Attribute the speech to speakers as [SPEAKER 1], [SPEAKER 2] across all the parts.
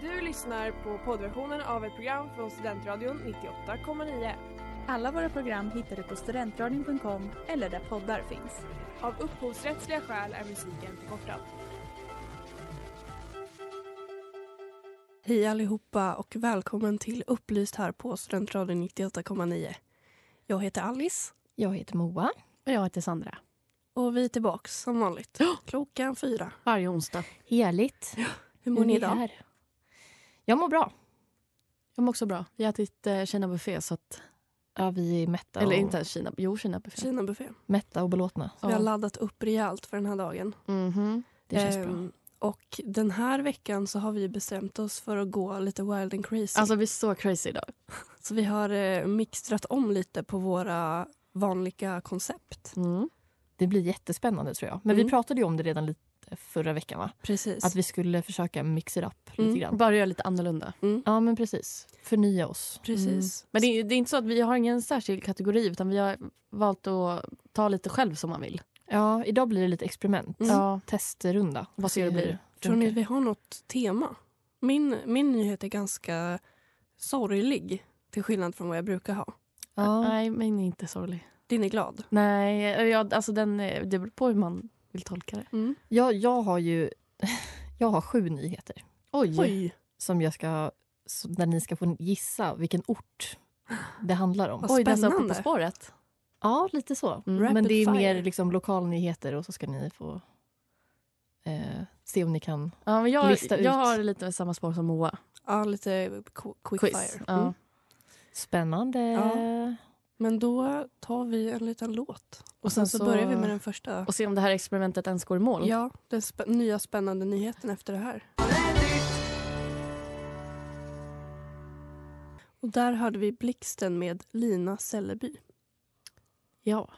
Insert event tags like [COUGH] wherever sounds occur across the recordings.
[SPEAKER 1] Du lyssnar på poddversionen av ett program från Studentradion 98,9.
[SPEAKER 2] Alla våra program hittar du på studentradion.com eller där poddar finns.
[SPEAKER 1] Av upphovsrättsliga skäl är musiken förkortad.
[SPEAKER 3] Hej allihopa och välkommen till Upplyst här på Studentradion 98,9. Jag heter Alice
[SPEAKER 4] Jag heter Moa.
[SPEAKER 5] Och jag heter Sandra.
[SPEAKER 3] och vi är tillbaks som vanligt. Klockan fyra.
[SPEAKER 5] Varje onsdag.
[SPEAKER 4] Heligt.
[SPEAKER 3] Hur mår ni
[SPEAKER 4] Vi är
[SPEAKER 3] idag?
[SPEAKER 4] här. Jag mår bra.
[SPEAKER 5] Jag mår också bra. Vi har ätit eh, Kinabuffé. Så att,
[SPEAKER 4] Ja, vi är mätta,
[SPEAKER 5] Eller
[SPEAKER 4] och,
[SPEAKER 5] inte ens Kina. Jo, Kinabuffé.
[SPEAKER 3] Kina buffé.
[SPEAKER 4] mätta och belåtna.
[SPEAKER 3] Vi har
[SPEAKER 5] Ja.
[SPEAKER 3] laddat upp rejält för den här dagen.
[SPEAKER 5] Mhm.
[SPEAKER 4] Det känns bra.
[SPEAKER 3] Ehm, Och den här veckan så har vi bestämt oss för att gå lite wild and crazy.
[SPEAKER 5] Alltså, vi är så crazy idag.
[SPEAKER 3] Så vi har eh, mixtrat om lite på våra vanliga koncept.
[SPEAKER 5] Mm.
[SPEAKER 4] Det blir jättespännande tror jag. Men
[SPEAKER 3] Mm.
[SPEAKER 4] vi pratade ju om det redan lite förra veckan va?
[SPEAKER 3] Precis.
[SPEAKER 4] Att vi skulle försöka mix it up
[SPEAKER 3] Mm.
[SPEAKER 4] lite grann.
[SPEAKER 5] Bara göra lite annorlunda.
[SPEAKER 4] Ja men precis. Förnya oss.
[SPEAKER 3] Precis.
[SPEAKER 5] Men det är, det är inte så att vi har ingen särskild kategori utan vi har valt att ta lite själv som man vill.
[SPEAKER 4] Ja, idag blir det lite experiment.
[SPEAKER 3] Mm.
[SPEAKER 4] Ja, testrunda.
[SPEAKER 5] Vad ser det blir.
[SPEAKER 3] Tror ni vi har något tema? Min, min nyhet är ganska sorglig till skillnad från vad jag brukar ha.
[SPEAKER 4] Ja.
[SPEAKER 5] Nej, men inte sorglig.
[SPEAKER 3] Din är glad.
[SPEAKER 5] Nej, jag, alltså den, eh, det beror på hur man vill tolka det.
[SPEAKER 3] Mm.
[SPEAKER 4] Jag, jag har ju [LAUGHS] jag har sju nyheter
[SPEAKER 5] Oj!
[SPEAKER 3] Oj,
[SPEAKER 4] som jag ska, som- där ni ska få gissa vilken ort det handlar om.
[SPEAKER 5] [GASPS]
[SPEAKER 3] vad
[SPEAKER 5] Oj, den sa på,
[SPEAKER 3] spännande.
[SPEAKER 5] på spåret.
[SPEAKER 4] Ja, lite så.
[SPEAKER 5] Mm.
[SPEAKER 4] Men det är
[SPEAKER 3] Rapid fire.
[SPEAKER 4] mer liksom lokalnyheter och så ska ni få eh, se om ni kan.
[SPEAKER 5] Ja, men jag,
[SPEAKER 4] Lista ut.
[SPEAKER 5] jag har lite samma spår som Moa.
[SPEAKER 3] Ja, lite qu-
[SPEAKER 5] Quiz.
[SPEAKER 3] quickfire.
[SPEAKER 5] Ja.
[SPEAKER 3] Mm.
[SPEAKER 4] Spännande.
[SPEAKER 3] Ja. Men då tar vi en liten låt. Och sen så, börjar vi med den första.
[SPEAKER 5] Och se om det här experimentet ens går i mål.
[SPEAKER 3] Ja, den spä- nya spännande nyheten efter det här. Och där hörde vi Blixten med Lina Selleby.
[SPEAKER 5] Ja.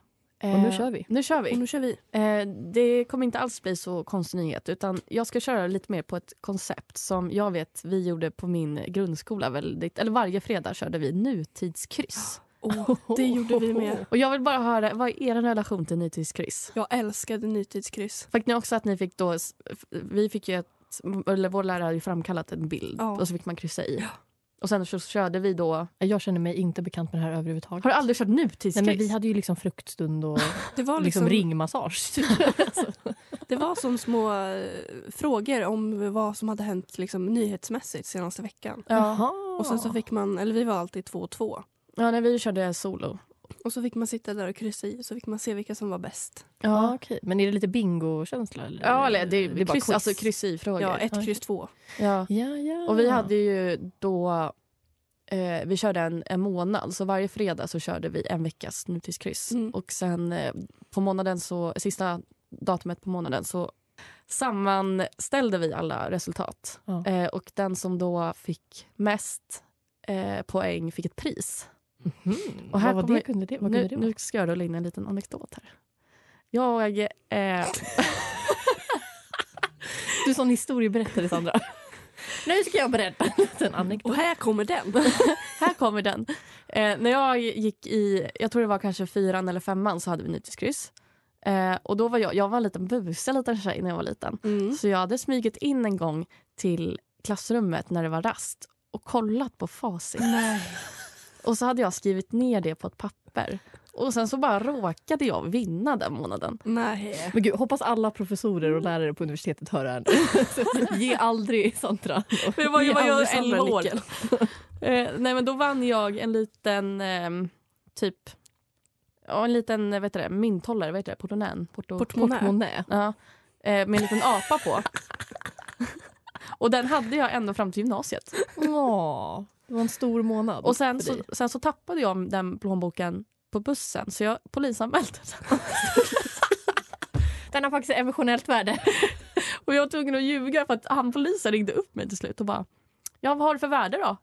[SPEAKER 5] Eh,
[SPEAKER 4] Och nu kör vi.
[SPEAKER 5] Nu kör vi.
[SPEAKER 3] Och nu kör vi.
[SPEAKER 5] Eh, det kommer inte alls bli så konstig nyhet utan jag ska köra lite mer på ett koncept som jag vet vi gjorde på min grundskola väldigt, eller varje fredag körde vi nutidskryss.
[SPEAKER 3] det gjorde vi med.
[SPEAKER 5] Och jag vill bara höra, vad är er relation till nutidskryss?
[SPEAKER 3] Jag älskade nytidskryss.
[SPEAKER 5] Fick ni också att ni fick då, s- f- vi fick ju ett, eller vår lärare hade ju framkallat en bild
[SPEAKER 3] Ja.
[SPEAKER 5] och så fick man kryssa i. Och sen så körde vi då,
[SPEAKER 4] Jag känner mig inte bekant med det här överhuvudtaget.
[SPEAKER 5] har du aldrig kört nutidskryss?
[SPEAKER 4] Nej, men vi hade ju liksom fruktstund
[SPEAKER 5] [LAUGHS]
[SPEAKER 4] och
[SPEAKER 3] Det var, liksom,
[SPEAKER 4] liksom ringmassage.
[SPEAKER 3] det var som små eh, frågor om vad som hade hänt liksom, nyhetsmässigt senaste veckan.
[SPEAKER 4] [LAUGHS] Jaha.
[SPEAKER 3] Och sen så fick man, eller vi var alltid två och två.
[SPEAKER 5] Ja, när vi körde solo.
[SPEAKER 3] Och så fick man sitta där och kryssa i och så fick man se vilka som var bäst.
[SPEAKER 4] Ja, okej. Men är det lite bingo-känsla? Eller?
[SPEAKER 5] Ja, eller det, är
[SPEAKER 4] bara
[SPEAKER 5] kryss,
[SPEAKER 4] quiz?
[SPEAKER 5] alltså kryss i-frågor.
[SPEAKER 3] Ja, ett
[SPEAKER 4] okej.
[SPEAKER 3] kryss två.
[SPEAKER 5] Ja.
[SPEAKER 4] Ja, ja.
[SPEAKER 5] Och vi hade ju då... Eh, vi körde en, en månad, så varje fredag så körde vi en veckas nutidskryss.
[SPEAKER 3] Mm.
[SPEAKER 5] Och sen eh, på månaden så, sista datumet på månaden så sammanställde vi alla resultat.
[SPEAKER 4] Ja.
[SPEAKER 5] Eh, och den som då fick mest eh, poäng fick ett pris.
[SPEAKER 4] Mhm.
[SPEAKER 5] Och
[SPEAKER 4] vad
[SPEAKER 5] här
[SPEAKER 4] var
[SPEAKER 5] kommer-
[SPEAKER 4] det? Kunde det? Vad kunde
[SPEAKER 5] Nu,
[SPEAKER 4] det vara?
[SPEAKER 5] nu ska jag rulla in en liten anekdot här. Jag... Eh,
[SPEAKER 4] Du är sån historieberättare,
[SPEAKER 5] [LAUGHS]
[SPEAKER 4] Sandra. nu ska jag berätta en liten anekdot.
[SPEAKER 3] Och här kommer [LAUGHS] den!
[SPEAKER 5] Här kommer den. Eh, när jag gick i, jag tror det var kanske fyran eller femman, så hade vi nyteskryss. Eh, och då var jag, jag var en liten busig liten tjej när jag var liten.
[SPEAKER 3] Mm.
[SPEAKER 5] Så jag hade smugit in en gång till klassrummet när det var rast och kollat på facit. [LAUGHS] Och så hade jag skrivit ner det på ett papper. Och sen så bara råkade jag vinna den månaden.
[SPEAKER 3] Nej.
[SPEAKER 4] Men gud, hoppas alla professorer och lärare på universitetet hör det här
[SPEAKER 5] [LAUGHS]
[SPEAKER 4] nu. Ge aldrig Sandra.
[SPEAKER 5] För det var ju
[SPEAKER 4] Ge
[SPEAKER 5] var jag
[SPEAKER 4] aldrig
[SPEAKER 5] var
[SPEAKER 4] Sandra
[SPEAKER 5] 11 år.
[SPEAKER 4] nyckeln.
[SPEAKER 5] [LAUGHS] Eh, nej men då vann jag en liten ehm, typ ja, en liten eh, vad heter det, mynthållare, vad heter det, portonän? Porto,
[SPEAKER 3] Portmonnä.
[SPEAKER 4] Portmonnä.
[SPEAKER 5] Ja, eh, med en liten apa på. [LAUGHS] Och den hade jag ända fram till gymnasiet.
[SPEAKER 4] Åh, det var en stor månad.
[SPEAKER 5] Och sen
[SPEAKER 4] för
[SPEAKER 5] så,
[SPEAKER 4] dig.
[SPEAKER 5] sen så tappade jag den plånboken på bussen så jag polisanmälde [LAUGHS] den.
[SPEAKER 4] Den har faktiskt emotionellt värde.
[SPEAKER 5] [LAUGHS] Och jag var tvungen att ljuga för att han polisen ringde upp mig till slut och bara Ja vad har du för värde då?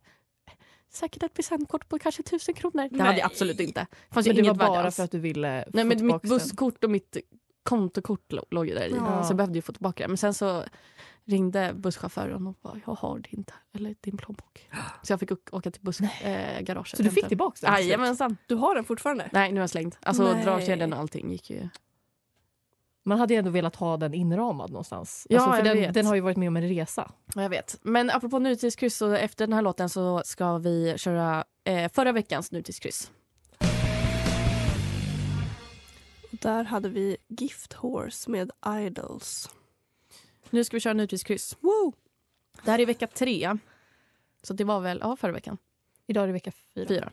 [SPEAKER 5] Säkert ett presentkort på kanske tusen kronor. Det hade jag absolut inte. Det fanns ju
[SPEAKER 4] Men det var
[SPEAKER 5] alltså, inget värde
[SPEAKER 4] bara
[SPEAKER 5] alls.
[SPEAKER 4] för att du ville få
[SPEAKER 5] Nej, men mitt
[SPEAKER 4] tillbaka den.
[SPEAKER 5] busskort och mitt kontokort lo- låg ju där i.
[SPEAKER 3] Ja.
[SPEAKER 5] Så jag behövde ju få tillbaka det. Men sen så ringde busschauffören och bara, jag har din, eller din plånbok. Så jag fick å- åka till eh, bussgaraget.
[SPEAKER 4] Så du fick tillbaka den? till slut?
[SPEAKER 5] Jajamensan.
[SPEAKER 3] Du har den fortfarande?
[SPEAKER 5] Nej, nu har jag slängt. Alltså
[SPEAKER 3] Nej.
[SPEAKER 5] dragkedjan och allting gick ju.
[SPEAKER 4] Man hade ju ändå velat ha den inramad någonstans. Alltså,
[SPEAKER 5] Ja,
[SPEAKER 4] för
[SPEAKER 5] jag
[SPEAKER 4] den,
[SPEAKER 5] vet.
[SPEAKER 4] den har ju varit med om en resa.
[SPEAKER 5] Ja, Jag vet. Men apropå nutidskryss, så efter den här låten så ska vi köra eh, förra veckans nutidskryss.
[SPEAKER 3] Och där hade vi Gift Horse med Idols.
[SPEAKER 5] Nu ska vi köra nutidskryss.
[SPEAKER 3] Wow!
[SPEAKER 5] Det här är vecka tre. Så det var väl ja, förra veckan.
[SPEAKER 4] Idag är det vecka fyra.
[SPEAKER 5] Fyra.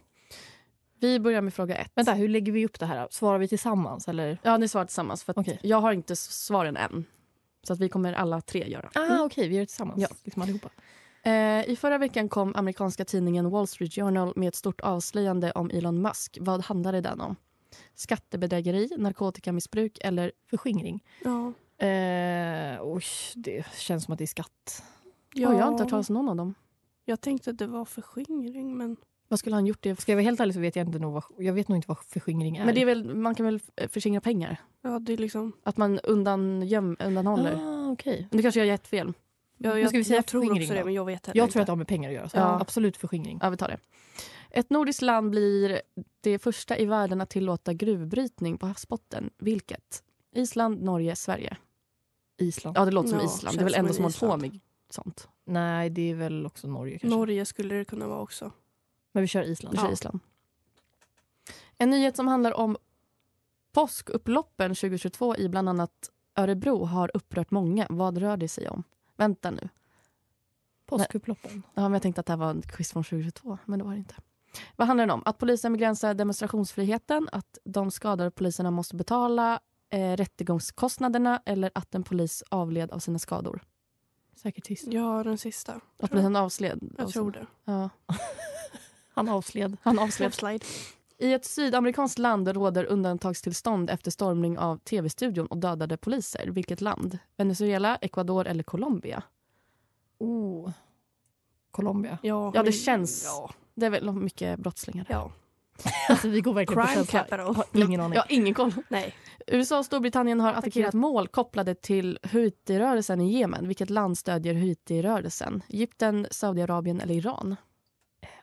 [SPEAKER 5] Vi börjar med fråga ett.
[SPEAKER 4] Vänta, hur lägger vi upp det här? Svarar vi tillsammans? Eller?
[SPEAKER 5] Ja, ni svarar tillsammans. För att
[SPEAKER 4] Okej.
[SPEAKER 5] Jag har inte s- svaren än. Så att vi kommer alla tre göra.
[SPEAKER 4] Ah, Okej, vi gör det tillsammans.
[SPEAKER 5] Ja.
[SPEAKER 4] Liksom allihopa.
[SPEAKER 5] Eh, I förra veckan kom amerikanska tidningen Wall Street Journal med ett stort avslöjande om Elon Musk. Vad handlade den om? Skattebedrägeri, narkotikamissbruk eller
[SPEAKER 4] Förskingring.
[SPEAKER 3] Ja.
[SPEAKER 4] Eh, oj, det känns som att det är skatt.
[SPEAKER 5] Ja. jag har inte hört talas om någon av dem.
[SPEAKER 3] Jag tänkte att det var förskingring, men...
[SPEAKER 5] Vad skulle han gjort det för?
[SPEAKER 4] Ska jag vara helt ärlig så vet jag inte nog vad, jag vet nog inte vad förskingring är.
[SPEAKER 5] Men det är väl, man kan väl eh, förskingra pengar?
[SPEAKER 3] Ja, det är liksom...
[SPEAKER 4] Mm.
[SPEAKER 5] Att man undan, göm, undanhåller.
[SPEAKER 4] ah, okej.
[SPEAKER 5] Men det kanske jag har gett fel.
[SPEAKER 3] Jag,
[SPEAKER 4] Men
[SPEAKER 3] jag,
[SPEAKER 4] ska vi säga
[SPEAKER 3] jag tror
[SPEAKER 4] förskingring
[SPEAKER 3] också det,
[SPEAKER 4] då?
[SPEAKER 3] men jag vet heller
[SPEAKER 4] Jag tror att
[SPEAKER 3] inte.
[SPEAKER 4] det har med pengar att göra. Så
[SPEAKER 5] Ja.
[SPEAKER 4] Absolut förskingring.
[SPEAKER 5] Ja, vi tar det. Ett nordiskt land blir det första i världen att tillåta gruvbrytning på havsbotten. Vilket? Island, Norge, Sverige.
[SPEAKER 4] Island.
[SPEAKER 5] Ja, det låter som
[SPEAKER 3] Ja,
[SPEAKER 5] Island. Det är
[SPEAKER 3] känns
[SPEAKER 5] väl ändå
[SPEAKER 3] som
[SPEAKER 5] som
[SPEAKER 3] en
[SPEAKER 5] håller på
[SPEAKER 3] Island.
[SPEAKER 5] med sånt.
[SPEAKER 4] Nej, det är väl också Norge kanske.
[SPEAKER 3] Norge skulle det kunna vara också.
[SPEAKER 4] Men vi kör Island.
[SPEAKER 5] Vi kör Island. En nyhet som handlar om påskupploppen 2022 i bland annat Örebro har upprört många. Vad rör det sig om? Vänta nu.
[SPEAKER 4] Påskupploppen.
[SPEAKER 5] Ja, men jag tänkte att det här var en quiz från 2022, men det var det inte. Vad handlar den om? Att polisen begränsar demonstrationsfriheten, att de skadade poliserna måste betala eh, rättegångskostnaderna eller att en polis avled av sina skador.
[SPEAKER 4] Säkert sist.
[SPEAKER 3] Ja, den sista.
[SPEAKER 5] Att polisen avsled.
[SPEAKER 3] Jag tror det.
[SPEAKER 5] Ja,
[SPEAKER 4] Han avsled.
[SPEAKER 5] han avsled.
[SPEAKER 3] Slide.
[SPEAKER 5] I ett sydamerikanskt land råder undantagstillstånd efter stormning av tv-studion och dödade poliser. Vilket land? Venezuela, Ecuador eller Colombia?
[SPEAKER 4] Oh. Colombia.
[SPEAKER 3] Ja,
[SPEAKER 5] Ja, det
[SPEAKER 3] men-
[SPEAKER 5] känns.
[SPEAKER 3] Ja.
[SPEAKER 5] Det är väl mycket brottslingar.
[SPEAKER 3] ja.
[SPEAKER 4] Alltså, vi går verkligen på
[SPEAKER 3] Crime
[SPEAKER 4] känsla.
[SPEAKER 3] capital.
[SPEAKER 4] Jag har Ingen aning.
[SPEAKER 5] Jag har ingen koll.
[SPEAKER 3] Nej.
[SPEAKER 5] USA och Storbritannien har attackerat mål kopplade till Houthi-rörelsen i Jemen. Vilket land stödjer Houthi-rörelsen? Egypten, Saudiarabien eller Iran?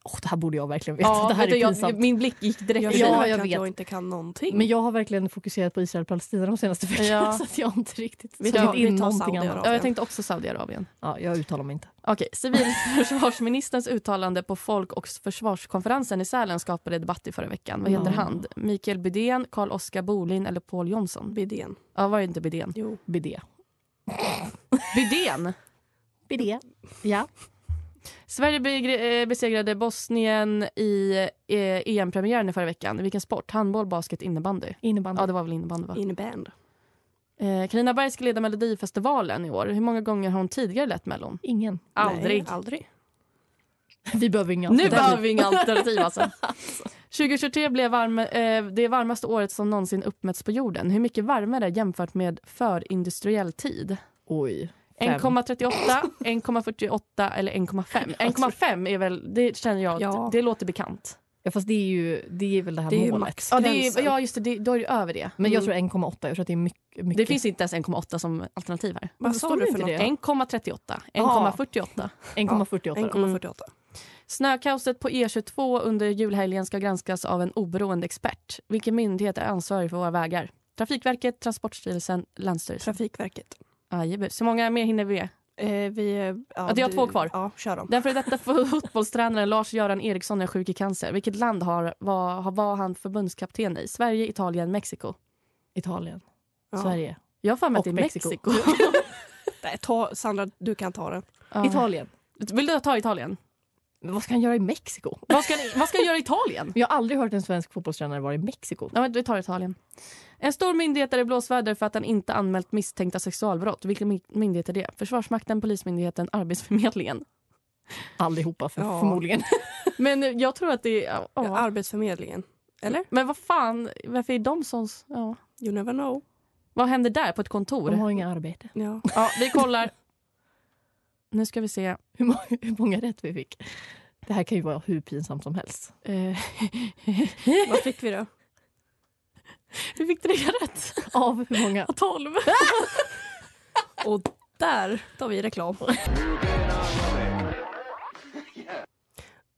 [SPEAKER 4] Åh, det här borde jag verkligen veta. det här
[SPEAKER 5] vet du,
[SPEAKER 4] är pinsamt.
[SPEAKER 5] jag, min blick gick direkt
[SPEAKER 3] Jag
[SPEAKER 5] dit.
[SPEAKER 3] känner
[SPEAKER 4] jag
[SPEAKER 3] verkligen att
[SPEAKER 4] vet.
[SPEAKER 3] jag inte kan någonting.
[SPEAKER 4] Men jag har verkligen fokuserat på Israel och Palestina de senaste veckorna [LAUGHS]
[SPEAKER 5] Ja.
[SPEAKER 4] så att jag har inte riktigt
[SPEAKER 3] Vi
[SPEAKER 4] sugit
[SPEAKER 3] tar- vi
[SPEAKER 4] in
[SPEAKER 3] tar
[SPEAKER 4] någonting
[SPEAKER 3] Saudiarabien.
[SPEAKER 4] annat.
[SPEAKER 5] Ja, jag tänkte också Saudiarabien.
[SPEAKER 4] Ja, jag uttalar mig inte.
[SPEAKER 5] Okej, civilförsvarsministerns uttalande på folk och försvarskonferensen i Sälen skapade debatt i förra veckan. Vad heter
[SPEAKER 4] Mm.
[SPEAKER 5] han? Mikael Bydén, Carl-Oskar Bolin eller Paul Jonsson?
[SPEAKER 3] Bidén.
[SPEAKER 5] Ja, var det inte Bydén?
[SPEAKER 3] Jo.
[SPEAKER 4] Bidé.
[SPEAKER 5] Bydén!
[SPEAKER 4] Bidé. Ja.
[SPEAKER 5] Sverige begre- eh, besegrade Bosnien i eh, EM-premiären i förra veckan. Vilken sport? Handboll, basket, innebandy?
[SPEAKER 4] Innebandy.
[SPEAKER 5] Ja, det var väl innebandy, va?
[SPEAKER 3] In band.
[SPEAKER 5] Eh, Carina Berg ska leda Melodifestivalen i år. Hur många gånger har hon tidigare lett Mellon?
[SPEAKER 4] Ingen.
[SPEAKER 5] Aldrig.
[SPEAKER 3] Nej, aldrig.
[SPEAKER 4] [LAUGHS] Vi behöver inga
[SPEAKER 5] Nu
[SPEAKER 4] alternativ.
[SPEAKER 5] behöver vi inga [LAUGHS] alternativ alltså. 2023 blev varm, eh, det varmaste året som någonsin uppmätts på jorden. Hur mycket varmare jämfört med förindustriell tid?
[SPEAKER 4] Oj. Fem.
[SPEAKER 5] 1,38, 1,48 eller 1,5? 1,5 är väl, det känner jag, att
[SPEAKER 3] Ja.
[SPEAKER 5] det låter bekant.
[SPEAKER 4] Ja, fast det är ju det, är väl det här
[SPEAKER 3] Det är ju
[SPEAKER 4] målet.
[SPEAKER 3] max.
[SPEAKER 5] Ja, det är,
[SPEAKER 3] Gränsen.
[SPEAKER 5] ja just det, det, då är det över det.
[SPEAKER 4] Men jag tror 1,8. Jag tror att det är mycket. mycket.
[SPEAKER 5] Det finns inte ens 1,8 som alternativ här.
[SPEAKER 3] Vad
[SPEAKER 4] Varför
[SPEAKER 3] sa
[SPEAKER 4] står
[SPEAKER 3] du
[SPEAKER 4] det
[SPEAKER 3] för
[SPEAKER 4] inte
[SPEAKER 3] något?
[SPEAKER 4] det?
[SPEAKER 5] 1,38,
[SPEAKER 4] Ja.
[SPEAKER 5] 1,48.
[SPEAKER 4] 1,48.
[SPEAKER 3] 1,48.
[SPEAKER 5] Snökaoset på E22 under julhelgen ska granskas av en oberoende expert. Vilken myndighet är ansvarig för våra vägar? Trafikverket, Transportstyrelsen, Länsstyrelsen.
[SPEAKER 3] Trafikverket.
[SPEAKER 5] Ajebus. Hur många mer hinner vi?
[SPEAKER 3] Eh, vi, eh,
[SPEAKER 5] Ja, det är
[SPEAKER 3] du-
[SPEAKER 5] två kvar.
[SPEAKER 3] Ja, kör dem.
[SPEAKER 5] Den
[SPEAKER 4] [LAUGHS]
[SPEAKER 5] före detta fotbollstränaren Lars-Göran Eriksson är sjuk i cancer. Vilket land har, var, har- var han förbundskapten i? Sverige, Italien, Mexiko?
[SPEAKER 4] Mm. Italien.
[SPEAKER 3] Ja.
[SPEAKER 4] Sverige.
[SPEAKER 5] Jag har för mig att det är
[SPEAKER 4] Och
[SPEAKER 5] Mexiko.
[SPEAKER 4] Mexiko.
[SPEAKER 3] Nej, ta, Sandra, du kan ta den.
[SPEAKER 4] [LAUGHS]
[SPEAKER 5] Ja.
[SPEAKER 4] Italien.
[SPEAKER 5] Ah. Vill du ta Italien?
[SPEAKER 4] Men vad ska han göra i Mexiko?
[SPEAKER 5] Vad ska, ni- vad ska jag göra i Italien?
[SPEAKER 4] Jag har aldrig hört en svensk fotbollstränare vara i Mexiko.
[SPEAKER 5] Ja, men vi tar Italien. En stor myndighet är i blåsväder för att den inte anmält misstänkta sexualbrott. Vilken my- myndighet är det? Försvarsmakten, Polismyndigheten, Arbetsförmedlingen. [LAUGHS]
[SPEAKER 4] Allihopa för,
[SPEAKER 3] Ja.
[SPEAKER 4] förmodligen.
[SPEAKER 5] Men eh, jag tror att det är... Ja,
[SPEAKER 3] Ja.
[SPEAKER 5] ja.
[SPEAKER 3] Arbetsförmedlingen. Eller?
[SPEAKER 5] Men vad fan, varför är de som... Ja.
[SPEAKER 3] You never know.
[SPEAKER 5] Vad händer där på ett kontor?
[SPEAKER 4] De har [LAUGHS] inga arbete.
[SPEAKER 5] [LAUGHS]
[SPEAKER 3] Ja.
[SPEAKER 5] Ja, vi kollar. Nu ska vi se.
[SPEAKER 4] Hur många, hur många rätt vi fick. Det här kan ju vara hur pinsamt som helst.
[SPEAKER 5] Eh, [LAUGHS]
[SPEAKER 3] Vad fick vi då?
[SPEAKER 5] hur fick du det rätt?
[SPEAKER 4] Av hur många?
[SPEAKER 5] 12.
[SPEAKER 3] Och där tar vi reklam.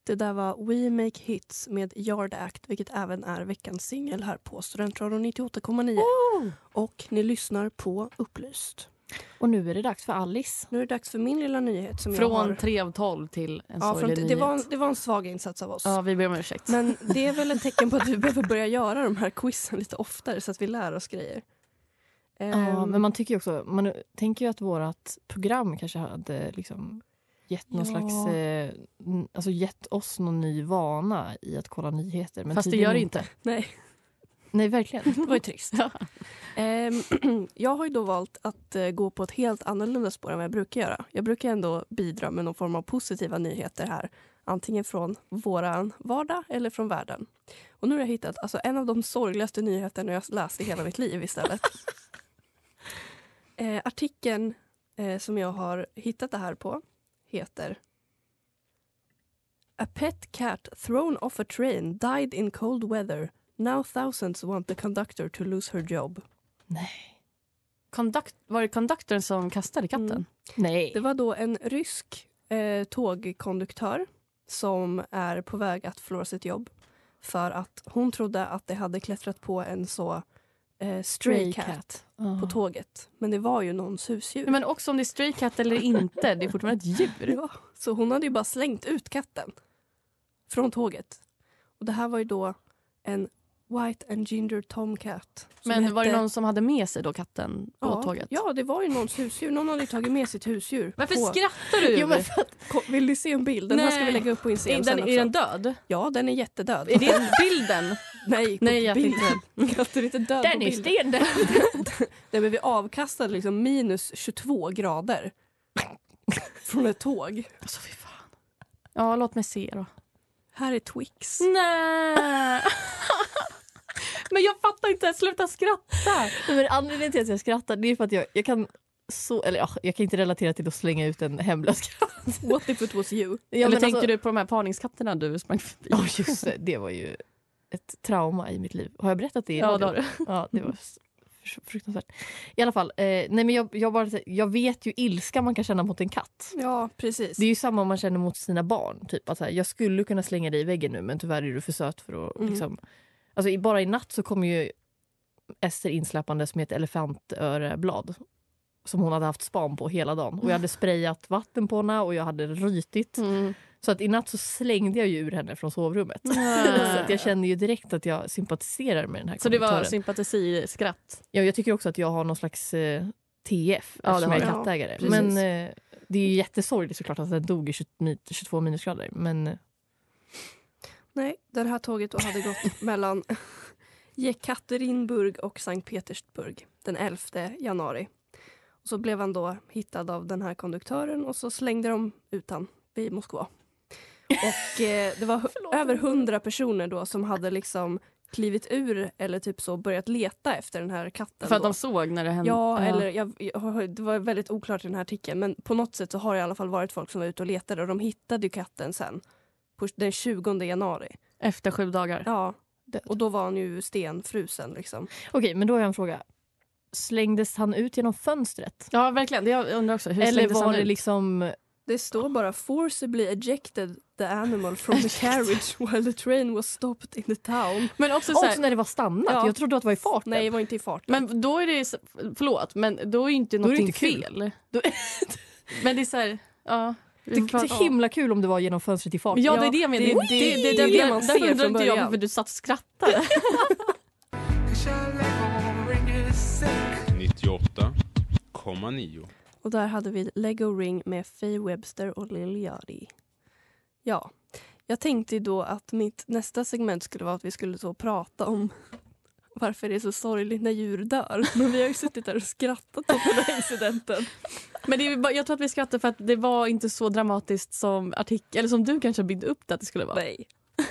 [SPEAKER 3] Det där var We Make Hits med Yard Act, vilket även är veckans singel här på Studentradion 98,9. Och ni lyssnar på Upplyst.
[SPEAKER 4] Och nu är det dags för Alice.
[SPEAKER 3] Nu är det dags för min lilla nyhet. Som jag
[SPEAKER 5] Från
[SPEAKER 3] har...
[SPEAKER 5] 3 av 12 till en
[SPEAKER 3] ja,
[SPEAKER 5] sorglig
[SPEAKER 3] från, det,
[SPEAKER 5] nyhet.
[SPEAKER 3] var en, det var en svag insats av oss.
[SPEAKER 5] Ja, vi ber om ursäkt.
[SPEAKER 3] Men det är väl ett tecken på att vi behöver börja göra de här quizen lite oftare så att vi lär oss grejer.
[SPEAKER 4] Ja,
[SPEAKER 3] Ehm,
[SPEAKER 4] men man tycker ju också, man tänker ju att vårt program kanske hade liksom gett någon
[SPEAKER 3] Ja.
[SPEAKER 4] slags, eh, n- alltså gett oss någon ny vana i att kolla nyheter. Men
[SPEAKER 5] Fast det
[SPEAKER 4] tydligen
[SPEAKER 5] gör det inte.
[SPEAKER 3] Nej,
[SPEAKER 4] Nej, [LAUGHS] verkligen.
[SPEAKER 3] det var ju [LAUGHS] trist.
[SPEAKER 5] Ja.
[SPEAKER 3] Ehm, [CLEARS THROAT] jag har ju då valt att eh, gå på ett helt annorlunda spår än vad jag brukar göra. Jag brukar ändå bidra med någon form av positiva nyheter här. Antingen från våran vardag eller från världen. Och nu har jag hittat alltså, en av de sorgligaste nyheterna jag läst i hela mitt liv istället. eh, artikeln eh, som jag har hittat det här på heter A pet cat thrown off a train died in cold weather. Now thousands want the conductor to lose her job.
[SPEAKER 5] Conduct, var det konduktorn som kastade katten?
[SPEAKER 3] Mm.
[SPEAKER 4] Nej.
[SPEAKER 3] Det var då en rysk eh, tågkonduktör som är på väg att förlora sitt jobb för att hon trodde att det hade klättrat på en så eh, stray cat,
[SPEAKER 4] Ja.
[SPEAKER 3] på tåget. Men det var ju någons husdjur.
[SPEAKER 5] Nej, Ah. men också om det är stray cat [LAUGHS] eller inte, det är fortfarande ett djur.
[SPEAKER 3] [LAUGHS] Ja, så hon hade ju bara slängt ut katten från tåget. Och det här var ju då en White and Ginger Tomcat. som
[SPEAKER 5] Men var det
[SPEAKER 3] hette-
[SPEAKER 5] någon som hade med sig då katten på
[SPEAKER 3] ja,
[SPEAKER 5] tåget?
[SPEAKER 3] Ja, det var ju någons husdjur. Någon hade ju tagit med sitt husdjur.
[SPEAKER 5] Varför
[SPEAKER 3] på-
[SPEAKER 5] skrattar du?
[SPEAKER 3] Jo, men för att- Ko- Vill du se en bild? Den här ska vi
[SPEAKER 5] Nej.
[SPEAKER 3] lägga upp på
[SPEAKER 5] är,
[SPEAKER 3] Instagram
[SPEAKER 5] den,
[SPEAKER 3] sen
[SPEAKER 5] är den
[SPEAKER 3] också.
[SPEAKER 5] död?
[SPEAKER 3] Ja, den är jättedöd.
[SPEAKER 5] Är det [LAUGHS] bilden?
[SPEAKER 3] [LAUGHS] Nej,
[SPEAKER 5] Nej, jag
[SPEAKER 3] bilden. [LAUGHS]
[SPEAKER 5] tänkte...
[SPEAKER 3] Katter är inte död på bilden.
[SPEAKER 5] stendöd.
[SPEAKER 3] Nej, men vi avkastade liksom minus 22 grader
[SPEAKER 5] [LAUGHS]
[SPEAKER 3] från ett tåg.
[SPEAKER 5] Alltså, fy fan. [LAUGHS] Ja, låt mig se då.
[SPEAKER 3] Här är Twix.
[SPEAKER 5] Mm. Nej. [LAUGHS] Men jag fattar inte, sluta skratta.
[SPEAKER 4] Nej, Men anledningen till att jag skrattar det är för att jag, jag kan så, eller ja, jag kan inte relatera till att slänga ut en hemlös katt.
[SPEAKER 3] What if it was you?
[SPEAKER 4] Ja,
[SPEAKER 5] eller
[SPEAKER 4] men
[SPEAKER 5] tänker
[SPEAKER 4] alltså-
[SPEAKER 5] du på de här parningskatterna du sprang
[SPEAKER 4] [LAUGHS]
[SPEAKER 5] förbi?
[SPEAKER 4] Ja, just det. Det var ju ett trauma i mitt liv. Har jag berättat det? i
[SPEAKER 5] Ja,
[SPEAKER 4] radio?
[SPEAKER 5] det har du.
[SPEAKER 4] Ja, det var
[SPEAKER 5] Mm.
[SPEAKER 4] s- fr- fruktansvärt. I alla fall, eh, nej men jag, jag, bara, jag vet ju ilska man kan känna mot en katt.
[SPEAKER 3] Ja, precis.
[SPEAKER 4] Det är ju samma man känner mot sina barn. Typ att så här, jag skulle kunna slänga dig i väggen nu men tyvärr är du för söt för att
[SPEAKER 3] Mm.
[SPEAKER 4] liksom... Alltså i- bara i natt så kom ju Ester insläppandes med ett elefantöreblad som hon hade haft span på hela dagen. Och jag hade sprayat vatten på henne och jag hade rytit.
[SPEAKER 5] Mm. [LAUGHS]
[SPEAKER 4] Så att i natt så slängde jag ju ur henne från sovrummet. Så att jag känner ju direkt att jag sympatiserar med den här
[SPEAKER 5] Ah. Så det var
[SPEAKER 4] kommentaren.
[SPEAKER 5] sympatiskratt?
[SPEAKER 4] Ja, jag tycker också att jag har någon slags eh, TF
[SPEAKER 5] Ja, det
[SPEAKER 4] eftersom
[SPEAKER 5] har
[SPEAKER 4] jag är
[SPEAKER 3] du.
[SPEAKER 4] kattägare.
[SPEAKER 5] Ja,
[SPEAKER 4] men
[SPEAKER 5] precis.
[SPEAKER 4] eh, det är ju jättesorgligt såklart att den dog i 20, min- 22 minusgrader. Men eh,
[SPEAKER 3] Nej, det här tåget då hade gått
[SPEAKER 5] [LAUGHS]
[SPEAKER 3] mellan Jekaterinburg och Sankt Petersburg den 11 januari. Och så blev han då hittad av den här konduktören och så slängde de ut han vid Moskva. Och eh,
[SPEAKER 5] [LAUGHS]
[SPEAKER 3] det var hu- över hundra personer då som hade liksom klivit ur eller typ så börjat leta efter den här katten.
[SPEAKER 5] För att
[SPEAKER 3] då.
[SPEAKER 5] de såg när det hände?
[SPEAKER 3] Ja, eller jag, jag, det var väldigt oklart i den här artikeln men på något sätt så har det i alla fall varit folk som var ute och letade och de hittade ju katten sen på den 20 januari.
[SPEAKER 5] Efter sju dagar?
[SPEAKER 3] Ja,
[SPEAKER 4] Död.
[SPEAKER 3] och då var han ju stenfrusen. Liksom.
[SPEAKER 4] okej, men då har jag en fråga. Slängdes han ut genom fönstret?
[SPEAKER 5] Ja, verkligen. Det jag undrar också. Hur
[SPEAKER 4] Eller
[SPEAKER 5] slängdes
[SPEAKER 4] var
[SPEAKER 5] han
[SPEAKER 4] det
[SPEAKER 5] ut?
[SPEAKER 4] liksom...
[SPEAKER 3] Det står bara “forcibly ejected the animal [LAUGHS] from the carriage while the train was stopped in the town”.
[SPEAKER 5] Men också så här,
[SPEAKER 4] Också när det var stannat?
[SPEAKER 3] Ja.
[SPEAKER 4] Jag trodde att det var i farten.
[SPEAKER 3] Nej, det var inte i farten.
[SPEAKER 5] Men då är det... s- Förlåt, men då är ju inte
[SPEAKER 4] är det
[SPEAKER 5] någonting
[SPEAKER 4] inte kul.
[SPEAKER 5] fel. [LAUGHS] men det är så här... Ja. vi
[SPEAKER 4] det
[SPEAKER 5] får
[SPEAKER 4] är
[SPEAKER 5] prata
[SPEAKER 4] så
[SPEAKER 5] om.
[SPEAKER 4] himla kul om det var genom fönstret i farten.
[SPEAKER 5] Ja, det är det jag menar.
[SPEAKER 3] det- det- det är det man ser
[SPEAKER 5] Därför undrar
[SPEAKER 3] från
[SPEAKER 5] inte jag
[SPEAKER 3] början.
[SPEAKER 5] varför du satt och skrattade.
[SPEAKER 6] 98,9.
[SPEAKER 3] Och där hade vi Lego Ring med Faye Webster och Lil Yachty. Ja, jag tänkte ju då att mitt nästa segment skulle vara att vi skulle så prata om varför det är så sorgligt när djur dör. Men vi har ju suttit där och skrattat åt den här incidenten.
[SPEAKER 5] [LAUGHS] Men det är, ju bara- jag tror att vi skrattar för att det var inte så dramatiskt som artikel, eller som du kanske byggde upp det att det skulle vara.
[SPEAKER 3] Nej. [LAUGHS]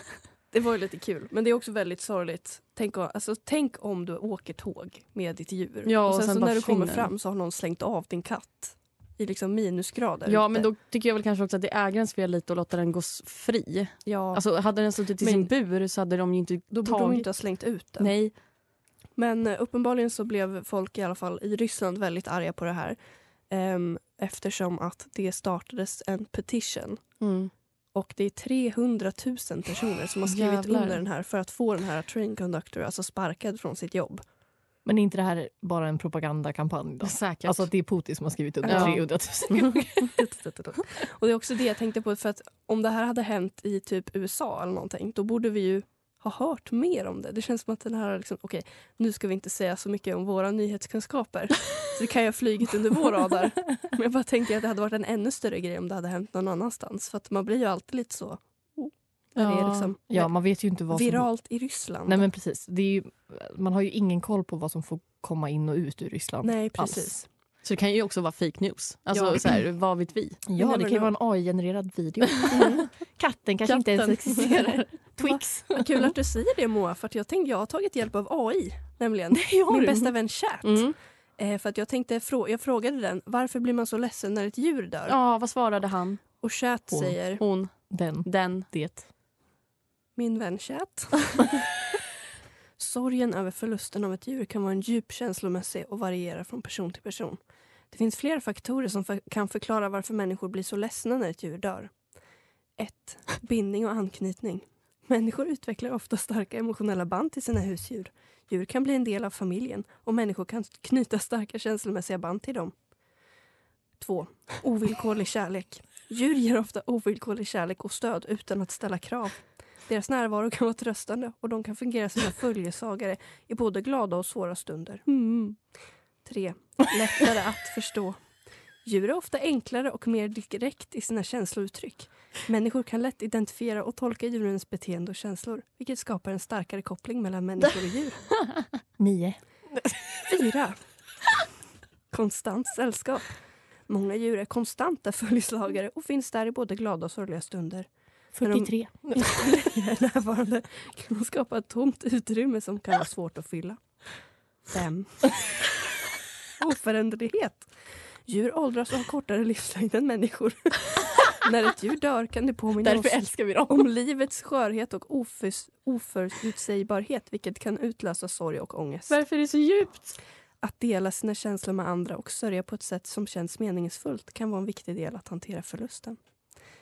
[SPEAKER 3] Det var ju lite kul, men det är också väldigt sorgligt. Tänk om, alltså, tänk om du åker tåg med ditt djur
[SPEAKER 5] Ja,
[SPEAKER 3] och sen,
[SPEAKER 5] och sen
[SPEAKER 3] så
[SPEAKER 5] bara
[SPEAKER 3] när du kommer
[SPEAKER 5] försvinner.
[SPEAKER 3] fram så har någon slängt av din katt i liksom minusgrader.
[SPEAKER 5] Ja,
[SPEAKER 3] ute.
[SPEAKER 5] men då tycker jag väl kanske också att det är ägarens fel lite att låta den gå s- fri.
[SPEAKER 3] ja,
[SPEAKER 5] Alltså hade den suttit i
[SPEAKER 3] Men-
[SPEAKER 5] sin bur så hade de ju inte
[SPEAKER 3] då borde de
[SPEAKER 5] tagit...
[SPEAKER 3] inte ha slängt ut den.
[SPEAKER 5] Nej.
[SPEAKER 3] Men eh, uppenbarligen så blev folk i alla fall i Ryssland väldigt arga på det här ehm, eftersom att det startades en petition
[SPEAKER 5] Mm.
[SPEAKER 3] Och det är 300 000 personer som har skrivit
[SPEAKER 5] Jävlar.
[SPEAKER 3] under den här för att få den här train conductor, alltså sparkad från sitt jobb.
[SPEAKER 4] Men är inte det här bara en propagandakampanj? Då?
[SPEAKER 5] [LAUGHS] Säkert.
[SPEAKER 4] Alltså att det är Putin som har skrivit under
[SPEAKER 5] Ja.
[SPEAKER 4] 300 000 gånger.
[SPEAKER 3] [LAUGHS] Och det är också det jag tänkte på, för att om det här hade hänt i typ USA eller någonting, då borde vi ju ha hört mer om det. Det känns som att den här, har liksom, okej, nu ska vi inte säga så mycket om våra nyhetskunskaper, så det kan ju ha flugit under vår radar. Men jag bara tänker att det hade varit en ännu större grej om det hade hänt någon annanstans, för att man blir ju alltid lite så, när det är liksom
[SPEAKER 4] Ja, man vet ju inte vad som...
[SPEAKER 3] viralt i Ryssland.
[SPEAKER 4] Nej men precis. Det är ju, man har ju ingen koll på vad som får komma in och ut ur Ryssland.
[SPEAKER 3] Nej,
[SPEAKER 4] alls.
[SPEAKER 3] precis.
[SPEAKER 5] Så det kan ju också vara fake news. Alltså,
[SPEAKER 3] Ja.
[SPEAKER 5] så här, vad vet vi?
[SPEAKER 4] Ja,
[SPEAKER 3] never
[SPEAKER 4] det kan ju vara en AI-genererad [LAUGHS] video. Katten kanske inte ens
[SPEAKER 3] Katten.
[SPEAKER 4] [LAUGHS] existerar. Twix.
[SPEAKER 3] Vad kul att du säger det Moa, för att jag tänkte jag har tagit hjälp av AI, nämligen min bästa vän Chat.
[SPEAKER 5] Mm.
[SPEAKER 3] Eh, för att jag, tänkte, frå- jag frågade den varför blir man så ledsen när ett djur dör?
[SPEAKER 5] Ja, vad svarade han?
[SPEAKER 3] Och Chat
[SPEAKER 4] Hon.
[SPEAKER 3] säger,
[SPEAKER 5] Hon,
[SPEAKER 4] Den.
[SPEAKER 5] den.
[SPEAKER 4] Det.
[SPEAKER 3] min vän Chat. Sorgen över förlusten av ett djur kan vara en djup känslomässig och variera från person till person. Det finns flera faktorer som för- kan förklara varför människor blir så ledsna när ett djur dör. 1. Bindning och anknytning. Människor utvecklar ofta starka emotionella band till sina husdjur. Djur kan bli en del av familjen och människor kan knyta starka känslomässiga band till dem. 2. Ovillkorlig kärlek. Djur ger ofta ovillkorlig kärlek och stöd utan att ställa krav. Deras närvaro kan vara tröstande och de kan fungera som en följesagare i både glada och svåra stunder. 3. Lättare att förstå. Djur är ofta enklare och mer direkt i sina känslouttryck. Människor kan lätt identifiera och tolka djurens beteende och känslor vilket skapar en starkare koppling mellan människor och djur.
[SPEAKER 4] Nio.
[SPEAKER 3] 4. Konstant sällskap. Många djur är konstanta följeslagare och finns där i både glada och sorgliga stunder. de-
[SPEAKER 4] 43.
[SPEAKER 3] är [LAUGHS] närvarande kan man skapa ett tomt utrymme som kan vara svårt att fylla.
[SPEAKER 4] [LAUGHS]
[SPEAKER 3] 5. Oföränderlighet. Djur åldras och har kortare livslängd än
[SPEAKER 4] [LAUGHS]
[SPEAKER 3] människor. När ett djur dör kan det påminna
[SPEAKER 4] Därför
[SPEAKER 3] oss
[SPEAKER 4] älskar vi dem.
[SPEAKER 3] om livets skörhet och oförs- oförutsägbarhet vilket kan utlösa sorg och ångest.
[SPEAKER 5] Varför är det så djupt?
[SPEAKER 3] Att dela sina känslor med andra och sörja på ett sätt som känns meningsfullt kan vara en viktig del att hantera förlusten.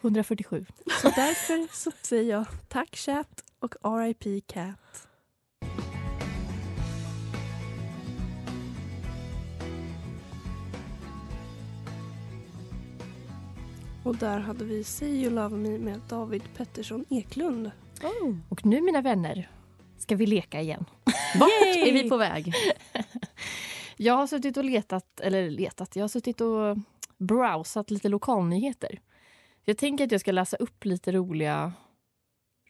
[SPEAKER 4] 147.
[SPEAKER 3] Så därför så säger jag tack Chat och RIP Cat. Och där hade vi Say You Love Me med David Pettersson Eklund.
[SPEAKER 4] Och nu mina vänner ska vi leka [LAUGHS] igen.
[SPEAKER 5] Vart är vi på väg?
[SPEAKER 4] [LAUGHS] Jag har suttit och letat, eller letat, jag har suttit och browsat lite lokalnyheter. Jag tänker att jag ska läsa upp lite roliga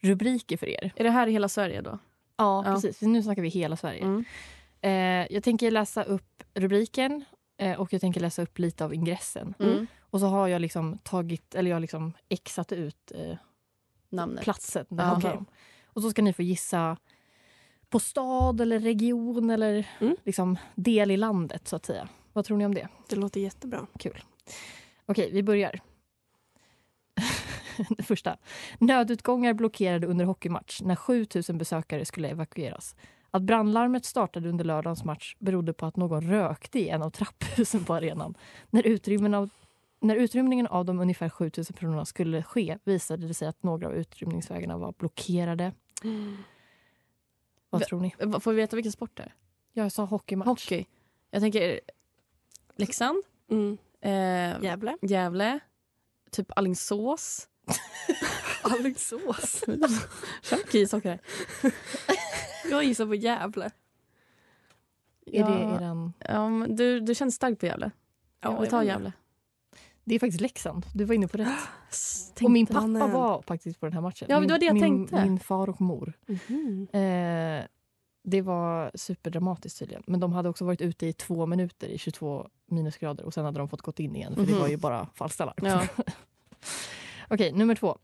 [SPEAKER 4] rubriker för er.
[SPEAKER 5] Är det här i hela Sverige då?
[SPEAKER 4] Ja,
[SPEAKER 5] Ja.
[SPEAKER 4] precis. För Nu snackar vi hela Sverige.
[SPEAKER 5] Mm.
[SPEAKER 4] Eh, jag tänker läsa upp rubriken eh, och jag tänker läsa upp lite av ingressen.
[SPEAKER 5] Mm.
[SPEAKER 4] Och så har jag liksom tagit, eller jag har liksom exat ut eh,
[SPEAKER 5] Namnet.
[SPEAKER 4] platsen det
[SPEAKER 5] Ja.
[SPEAKER 4] handlar
[SPEAKER 5] Okej.
[SPEAKER 4] om. Och så ska ni få gissa på stad eller region eller
[SPEAKER 3] Mm.
[SPEAKER 4] liksom del i landet så att säga. Vad tror ni om det?
[SPEAKER 3] Det låter jättebra.
[SPEAKER 4] Kul. Okej, vi börjar. [LAUGHS] Det första. Nödutgångar blockerade under hockeymatch när 7 000 besökare skulle evakueras. Att brandlarmet startade under lördagens match berodde på att någon rökte i en av trapphusen på arenan. När, utrymmen av, när utrymningen av de ungefär 7 000 personerna skulle ske visade det sig att några av utrymningsvägarna var blockerade. Vad
[SPEAKER 5] Va-
[SPEAKER 4] tror ni?
[SPEAKER 5] Va- Får vi veta vilken sport det är?
[SPEAKER 4] Jag sa hockeymatch.
[SPEAKER 5] Hockey. Jag tänker Leksand,
[SPEAKER 3] Mm.
[SPEAKER 5] eh,
[SPEAKER 3] Gävle.
[SPEAKER 5] Gävle, typ [LAUGHS] Alingsås.
[SPEAKER 3] [LAUGHS] Alingsås.
[SPEAKER 5] Hockey, socker.
[SPEAKER 3] Jag gissar på Gävle.
[SPEAKER 4] Är det,
[SPEAKER 5] Ja.
[SPEAKER 4] är den...
[SPEAKER 5] Ja, men du, du känns stark på Gävle.
[SPEAKER 3] Ja,
[SPEAKER 5] vi
[SPEAKER 3] jag
[SPEAKER 5] tar
[SPEAKER 3] vet
[SPEAKER 5] Gävle.
[SPEAKER 4] det är faktiskt Leksand. Du var inne på rätt.
[SPEAKER 5] Tänk-
[SPEAKER 4] och min
[SPEAKER 3] på
[SPEAKER 4] pappa
[SPEAKER 3] den.
[SPEAKER 4] var faktiskt på den här matchen.
[SPEAKER 5] Ja, men det var det jag
[SPEAKER 4] min,
[SPEAKER 5] tänkte.
[SPEAKER 4] Min far och mor.
[SPEAKER 3] Mhm.
[SPEAKER 4] Eh, det var superdramatiskt tydligen. Men de hade också varit ute i två minuter i 22 minusgrader och sen hade de fått gått in igen för det
[SPEAKER 5] Mhm.
[SPEAKER 4] var ju bara falskt alarm.
[SPEAKER 5] Ja.
[SPEAKER 4] Okej, nummer två.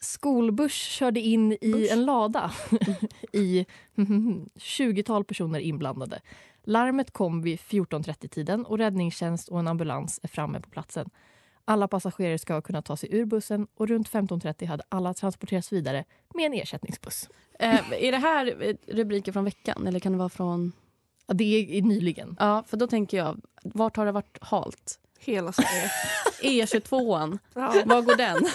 [SPEAKER 4] Skolbuss körde in i en lada [LAUGHS] i 20-tal personer inblandade. Larmet kom vid 14.30-tiden och räddningstjänst och en ambulans är framme på platsen. Alla passagerare ska ha kunnat ta sig ur bussen och runt 15.30 hade alla transporterats vidare med en ersättningsbuss.
[SPEAKER 5] Eh, är det här eh, rubriker från veckan eller kan det vara från...
[SPEAKER 4] Ja, det är i- nyligen.
[SPEAKER 5] Ja, för då tänker jag, vart har det varit halt? E
[SPEAKER 3] Hela Sverige.
[SPEAKER 5] E22an,
[SPEAKER 3] [LAUGHS] Ja.
[SPEAKER 5] var går den?
[SPEAKER 4] [LAUGHS]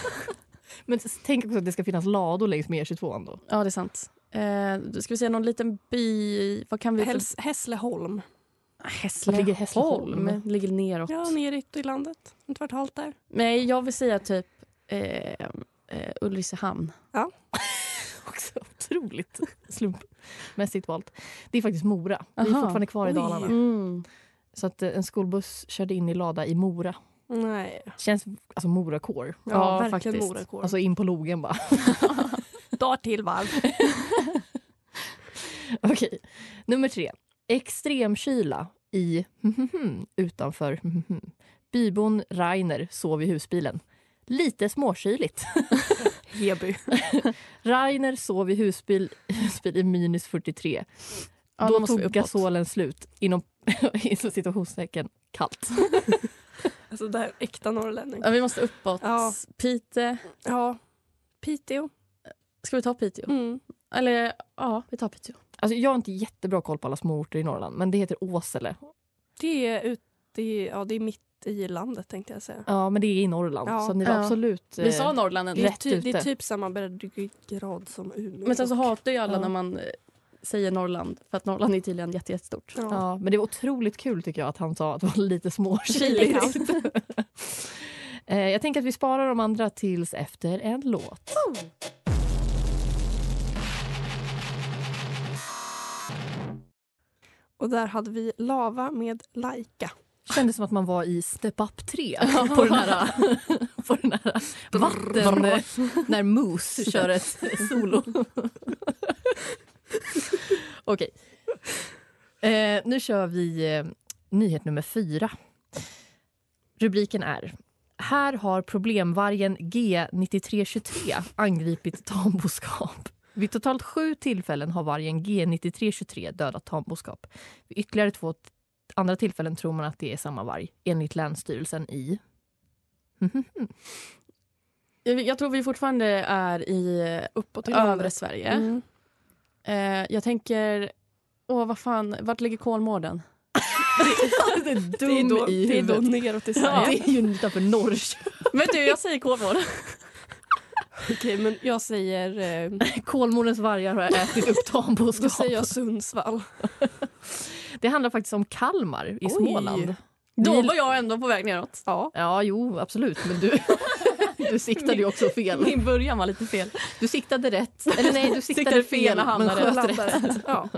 [SPEAKER 4] Men s- tänk också att det ska finnas lador längs med E E22 ändå.
[SPEAKER 5] Ja, det är sant. Eh, ska vi säga någon liten by? Vad kan vi... för-
[SPEAKER 3] Häls- Hässleholm.
[SPEAKER 5] Hässleholm.
[SPEAKER 4] Ligger Hässleholm?
[SPEAKER 5] Ligger neråt.
[SPEAKER 3] Ja, neråt i landet. Ett kvartalt där.
[SPEAKER 5] Nej, jag vill säga typ eh, eh, Ulricehamn.
[SPEAKER 4] [LAUGHS] Också otroligt slumpmässigt valt. Det är faktiskt Mora. Vi är
[SPEAKER 5] Aha.
[SPEAKER 4] fortfarande kvar i
[SPEAKER 3] Oj.
[SPEAKER 4] Dalarna.
[SPEAKER 5] Mm.
[SPEAKER 4] Så att eh, en skolbuss körde in i lada i Mora.
[SPEAKER 3] Nej.
[SPEAKER 4] Känns alltså Mora core.
[SPEAKER 5] Ja,
[SPEAKER 3] verkligen
[SPEAKER 5] faktiskt.
[SPEAKER 3] Morakår.
[SPEAKER 4] Alltså in på logen bara. [LAUGHS]
[SPEAKER 3] Drar till varv. [LAUGHS]
[SPEAKER 4] Okej. Nummer tre. Extremkyla i mhm, utanför mhm, bybon Rainer sov i husbilen. Lite småkyligt.
[SPEAKER 3] Heby.
[SPEAKER 4] Rainer sov i husbil, husbil i minus 43.
[SPEAKER 5] Ja,
[SPEAKER 4] Då
[SPEAKER 5] måste vi
[SPEAKER 4] tog
[SPEAKER 5] uppåt.
[SPEAKER 4] gasolen slut. Inom, [LAUGHS] inom situationstecken kallt.
[SPEAKER 3] Alltså där, äkta norrlänning.
[SPEAKER 5] Ja, vi måste uppåt.
[SPEAKER 3] Ja.
[SPEAKER 5] Pite.
[SPEAKER 3] Ja. Piteå.
[SPEAKER 5] Ska vi ta Piteå?
[SPEAKER 3] Mm.
[SPEAKER 5] Eller ja, vi tar Piteå.
[SPEAKER 4] Alltså, jag har inte jättebra koll på alla småorter i Norrland, men det heter Åsele.
[SPEAKER 3] Det är ute i, ja det är mitt i landet tänkte jag säga.
[SPEAKER 4] Ja, men det är i Norrland.
[SPEAKER 3] Ja.
[SPEAKER 4] Så ni var
[SPEAKER 5] Ja.
[SPEAKER 4] absolut...
[SPEAKER 5] Vi sa
[SPEAKER 4] eh,
[SPEAKER 5] Norrland ändå.
[SPEAKER 3] Det är,
[SPEAKER 4] Rätt
[SPEAKER 3] ty, det är
[SPEAKER 4] ute.
[SPEAKER 3] typ samma breddgrad som Umeå.
[SPEAKER 5] Men sen så hatar ju alla
[SPEAKER 4] Ja.
[SPEAKER 5] när man eh, säger Norrland för att Norrland är tydligen jätte, jättestort.
[SPEAKER 3] Ja.
[SPEAKER 4] Ja, men det var otroligt kul tycker jag att han sa att det var lite småkyligt.
[SPEAKER 3] Kyligt.
[SPEAKER 4] [LAUGHS] Eh, jag tänker att vi sparar de andra tills efter en låt.
[SPEAKER 3] Och där hade vi lava med Laika.
[SPEAKER 4] Kändes som att man var i Step Up [LAUGHS] 3 på den här, på den här vatten... eh, när Moose [LAUGHS] kör ett solo. [LAUGHS] Okej. Eh, nu kör vi eh, nyhet nummer fyra. Rubriken är Här har problemvargen G9323 angripit tamboskap. Vid totalt sju tillfällen har vargen G9323 dödat tamboskap. Vid ytterligare två t- andra tillfällen tror man att det är samma varg enligt Länsstyrelsen i...
[SPEAKER 5] [LAUGHS]
[SPEAKER 4] Mhm.
[SPEAKER 5] Jag, jag tror vi fortfarande är i eh,
[SPEAKER 3] Uppåt i
[SPEAKER 5] övre
[SPEAKER 3] landet.
[SPEAKER 5] Sverige. Eh, jag tänker, åh vad fan, vart ligger [LAUGHS] Kolmården?
[SPEAKER 4] [LAUGHS] Det är
[SPEAKER 3] Det är då, det är då neråt i
[SPEAKER 4] [LAUGHS]
[SPEAKER 3] Sverige.
[SPEAKER 4] Det är ju utanför Norrköping.
[SPEAKER 5] Men du, jag säger [LAUGHS] Kolmården.
[SPEAKER 3] Okej, men jag säger... Eh,
[SPEAKER 4] [LAUGHS] [LAUGHS] Kolmårdens vargar har ätit upp
[SPEAKER 3] då säger
[SPEAKER 4] tamboskap.
[SPEAKER 3] jag Sundsvall.
[SPEAKER 4] Det handlar faktiskt om Kalmar i
[SPEAKER 3] Oj.
[SPEAKER 4] Småland.
[SPEAKER 5] Då
[SPEAKER 4] Vi-
[SPEAKER 5] var jag ändå på väg neråt.
[SPEAKER 3] Ja.
[SPEAKER 4] Ja, jo, absolut. Men [LAUGHS] du, du siktade ju också fel.
[SPEAKER 5] Min början var lite fel.
[SPEAKER 4] Du siktade rätt. Eller nej, du siktade fel,
[SPEAKER 5] och
[SPEAKER 4] men
[SPEAKER 5] hamnade
[SPEAKER 4] sköt rätt.
[SPEAKER 5] [LAUGHS]
[SPEAKER 3] Landar. Ja.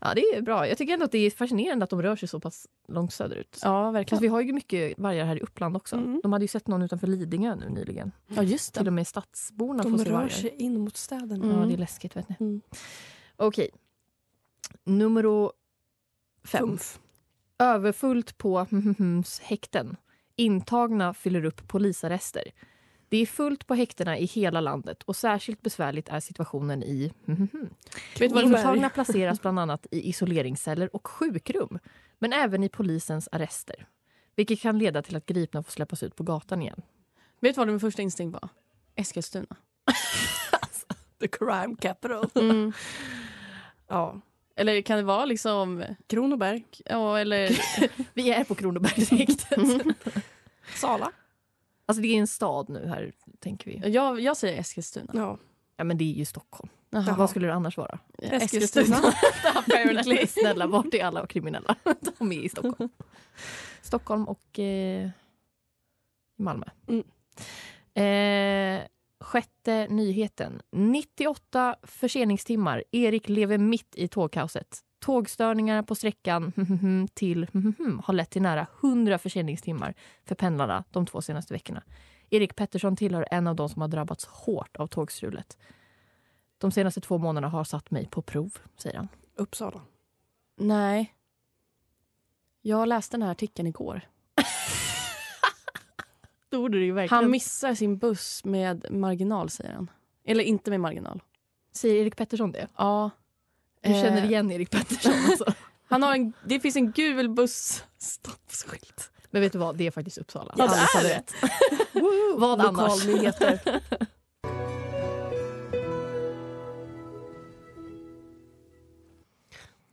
[SPEAKER 4] Ja, det är bra. Jag tycker ändå att det är fascinerande att de rör sig så pass långt söderut.
[SPEAKER 5] Ja,
[SPEAKER 4] Fast
[SPEAKER 5] verkligen.
[SPEAKER 4] vi har ju mycket vargar här i Uppland också.
[SPEAKER 3] Mm.
[SPEAKER 4] De hade ju sett någon utanför Lidingö nu nyligen.
[SPEAKER 5] Ja, just
[SPEAKER 4] Till och med stadsborna får
[SPEAKER 3] De
[SPEAKER 4] se
[SPEAKER 3] rör
[SPEAKER 4] vargar.
[SPEAKER 3] sig in mot städerna.
[SPEAKER 4] Ja,
[SPEAKER 5] Mm.
[SPEAKER 4] det är läskigt vet ni.
[SPEAKER 3] Mm.
[SPEAKER 4] Okej. Nummer fem.
[SPEAKER 3] Fumf.
[SPEAKER 4] Överfullt på [LAUGHS] häkten. Intagna fyller upp polisarrester. Det är fullt på häktena i hela landet och särskilt besvärligt är situationen i... [LAUGHS]
[SPEAKER 5] Vet du vad det
[SPEAKER 4] Intagna placeras bland annat i isoleringsceller och sjukrum men även i polisens arrester, vilket kan leda till att gripna får släppas ut på gatan igen.
[SPEAKER 5] Vet du vad min första instinkt var? [LAUGHS] Eskilstuna.
[SPEAKER 3] The crime capital.
[SPEAKER 5] Mm.
[SPEAKER 3] Ja.
[SPEAKER 5] Eller kan det vara liksom...
[SPEAKER 3] Kronoberg.
[SPEAKER 5] Ja, eller... [LAUGHS]
[SPEAKER 4] Vi är på Kronobergshäktet.
[SPEAKER 3] Sala.
[SPEAKER 4] Alltså det är en stad nu här, tänker vi.
[SPEAKER 5] jag, jag säger Eskilstuna.
[SPEAKER 3] Ja.
[SPEAKER 4] Ja, men det är ju Stockholm.
[SPEAKER 5] Jaha.
[SPEAKER 4] Vad skulle det annars vara?
[SPEAKER 5] Eskilstuna.
[SPEAKER 4] [LAUGHS]
[SPEAKER 5] Apparently.
[SPEAKER 4] Snälla, vart är alla kriminella? [LAUGHS] De är i Stockholm. Stockholm och eh, Malmö.
[SPEAKER 3] Mm.
[SPEAKER 4] Eh, sjätte nyheten. 98 förseningstimmar. Erik lever mitt i tågkaoset. Tågstörningar på sträckan [LAUGHS] till har lett till nära 100 förseningstimmar för pendlarna de två senaste veckorna. Erik Pettersson tillhör en av de som har drabbats hårt av tågstrulet. De senaste två månaderna har satt mig på prov, säger han.
[SPEAKER 3] Uppsala.
[SPEAKER 5] Nej. Jag läste den här artikeln igår.
[SPEAKER 4] Då borde det ju verkligen...
[SPEAKER 5] Han missar sin buss med marginal, säger han. Eller inte med marginal.
[SPEAKER 4] Säger Erik Pettersson det?
[SPEAKER 5] Ja.
[SPEAKER 4] Du
[SPEAKER 5] Eh,
[SPEAKER 4] känner igen Erik Pettersson alltså.
[SPEAKER 5] Han har en, det finns en gul busstoppskylt.
[SPEAKER 4] [LAUGHS] Men vet du vad, det är faktiskt Uppsala.
[SPEAKER 5] Ja, det
[SPEAKER 4] Alice
[SPEAKER 5] är
[SPEAKER 4] hade
[SPEAKER 5] det.
[SPEAKER 4] rätt. vad annars?
[SPEAKER 3] Lokalnyheter.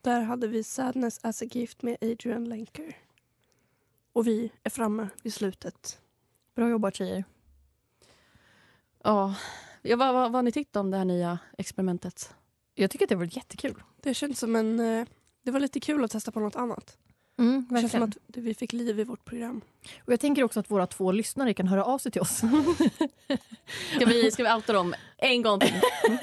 [SPEAKER 3] Där hade vi Sadness as a gift med Adrian Lenker. Och vi är framme vid slutet.
[SPEAKER 4] Bra jobbat tjejer.
[SPEAKER 5] Ja. Ja, vad, vad, vad har ni tyckt om det här nya experimentet?
[SPEAKER 4] Jag tycker att det var jättekul.
[SPEAKER 3] Det känns som en... eh, Det var lite kul att testa på något annat.
[SPEAKER 4] Mm,
[SPEAKER 3] Det känns som att vi fick liv i vårt program.
[SPEAKER 4] Och jag tänker också att våra två lyssnare kan höra av sig till oss.
[SPEAKER 5] Ska vi, ska vi outa dem en gång till?
[SPEAKER 4] Nej,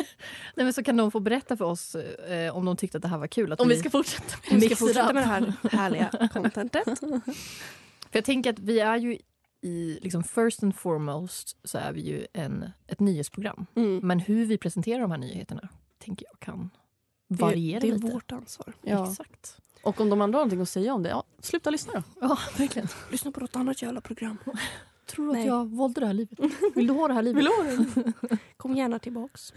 [SPEAKER 4] men så kan de få berätta för oss eh, om de tyckte att det här var kul. Att
[SPEAKER 5] [LAUGHS] Om vi
[SPEAKER 4] vi-
[SPEAKER 5] ska fortsätta med
[SPEAKER 3] Vi
[SPEAKER 4] Mix
[SPEAKER 3] ska
[SPEAKER 4] it
[SPEAKER 3] fortsätta
[SPEAKER 4] up.
[SPEAKER 3] med det här
[SPEAKER 4] [LAUGHS]
[SPEAKER 3] härliga contentet.
[SPEAKER 4] För jag tänker att vi är ju i, liksom first and foremost så är vi ju en, ett nyhetsprogram.
[SPEAKER 3] Mm.
[SPEAKER 4] Men hur vi presenterar de här nyheterna tänker jag kan
[SPEAKER 3] Det är-
[SPEAKER 4] variera
[SPEAKER 3] Det är
[SPEAKER 4] lite.
[SPEAKER 3] vårt ansvar.
[SPEAKER 5] Ja.
[SPEAKER 4] Exakt.
[SPEAKER 5] Och om de andra har någonting att säga om det, ja, sluta lyssna då.
[SPEAKER 4] Ja, verkligen.
[SPEAKER 3] Lyssna på något annat jävla program.
[SPEAKER 4] Tror du att
[SPEAKER 3] Nej.
[SPEAKER 4] jag valde det här livet? Vill du ha det här livet?
[SPEAKER 3] Kom gärna
[SPEAKER 4] [LAUGHS]
[SPEAKER 3] tillbaks.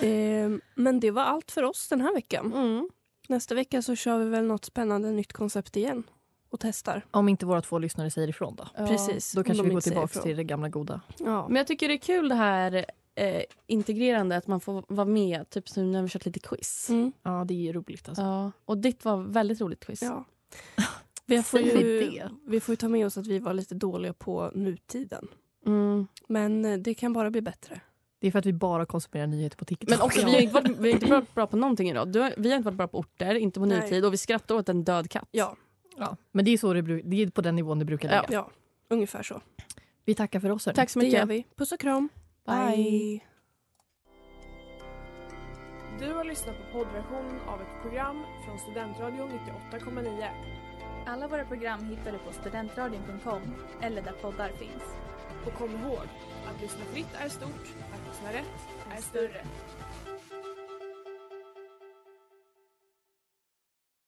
[SPEAKER 3] Ehm, men det var allt för oss den här veckan.
[SPEAKER 5] Mm.
[SPEAKER 3] Nästa vecka så kör vi väl något spännande nytt koncept igen och testar.
[SPEAKER 4] Om inte våra två lyssnare säger ifrån då.
[SPEAKER 3] Precis.
[SPEAKER 4] Då
[SPEAKER 3] om
[SPEAKER 4] kanske
[SPEAKER 3] de
[SPEAKER 4] vi går
[SPEAKER 3] inte säger
[SPEAKER 4] tillbaka
[SPEAKER 3] ifrån.
[SPEAKER 4] till det gamla goda.
[SPEAKER 3] Ja.
[SPEAKER 5] Men jag tycker det är kul det här eh, integrerande, att man får vara med, typ som när vi kört lite quiz.
[SPEAKER 3] Mm.
[SPEAKER 4] Ja, det är ju roligt alltså.
[SPEAKER 5] Ja, och ditt var väldigt roligt quiz.
[SPEAKER 3] ja. [LAUGHS] Vi får,
[SPEAKER 4] Säger vi
[SPEAKER 3] ju,
[SPEAKER 4] det?
[SPEAKER 3] vi får ju ta med oss att vi var lite dåliga på nutiden.
[SPEAKER 5] Mm.
[SPEAKER 3] Men eh, det kan bara bli bättre.
[SPEAKER 4] Det är för att vi bara konsumerar nyheter på TikTok.
[SPEAKER 5] Men också, vi har inte varit, vi har inte varit bra på någonting idag. Du, har- vi har inte varit bra på orter, inte på
[SPEAKER 3] Nej.
[SPEAKER 5] nutid och vi skrattar åt en död katt.
[SPEAKER 3] Ja,
[SPEAKER 4] ja. Men det är, så det, bru- det är på den nivån det brukar ligga.
[SPEAKER 5] Ja.
[SPEAKER 3] ja ungefär så.
[SPEAKER 4] Vi tackar för oss. hörni.
[SPEAKER 5] Tack så
[SPEAKER 3] Det gör
[SPEAKER 5] mycket.
[SPEAKER 3] vi. Puss och kram.
[SPEAKER 1] Du har lyssnat på poddversionen av ett program från Studentradion 98,9.
[SPEAKER 2] Alla våra program hittar du på studentradion.com eller där poddar finns.
[SPEAKER 1] Och kom ihåg, att lyssna fritt är stort, att lyssna rätt är större.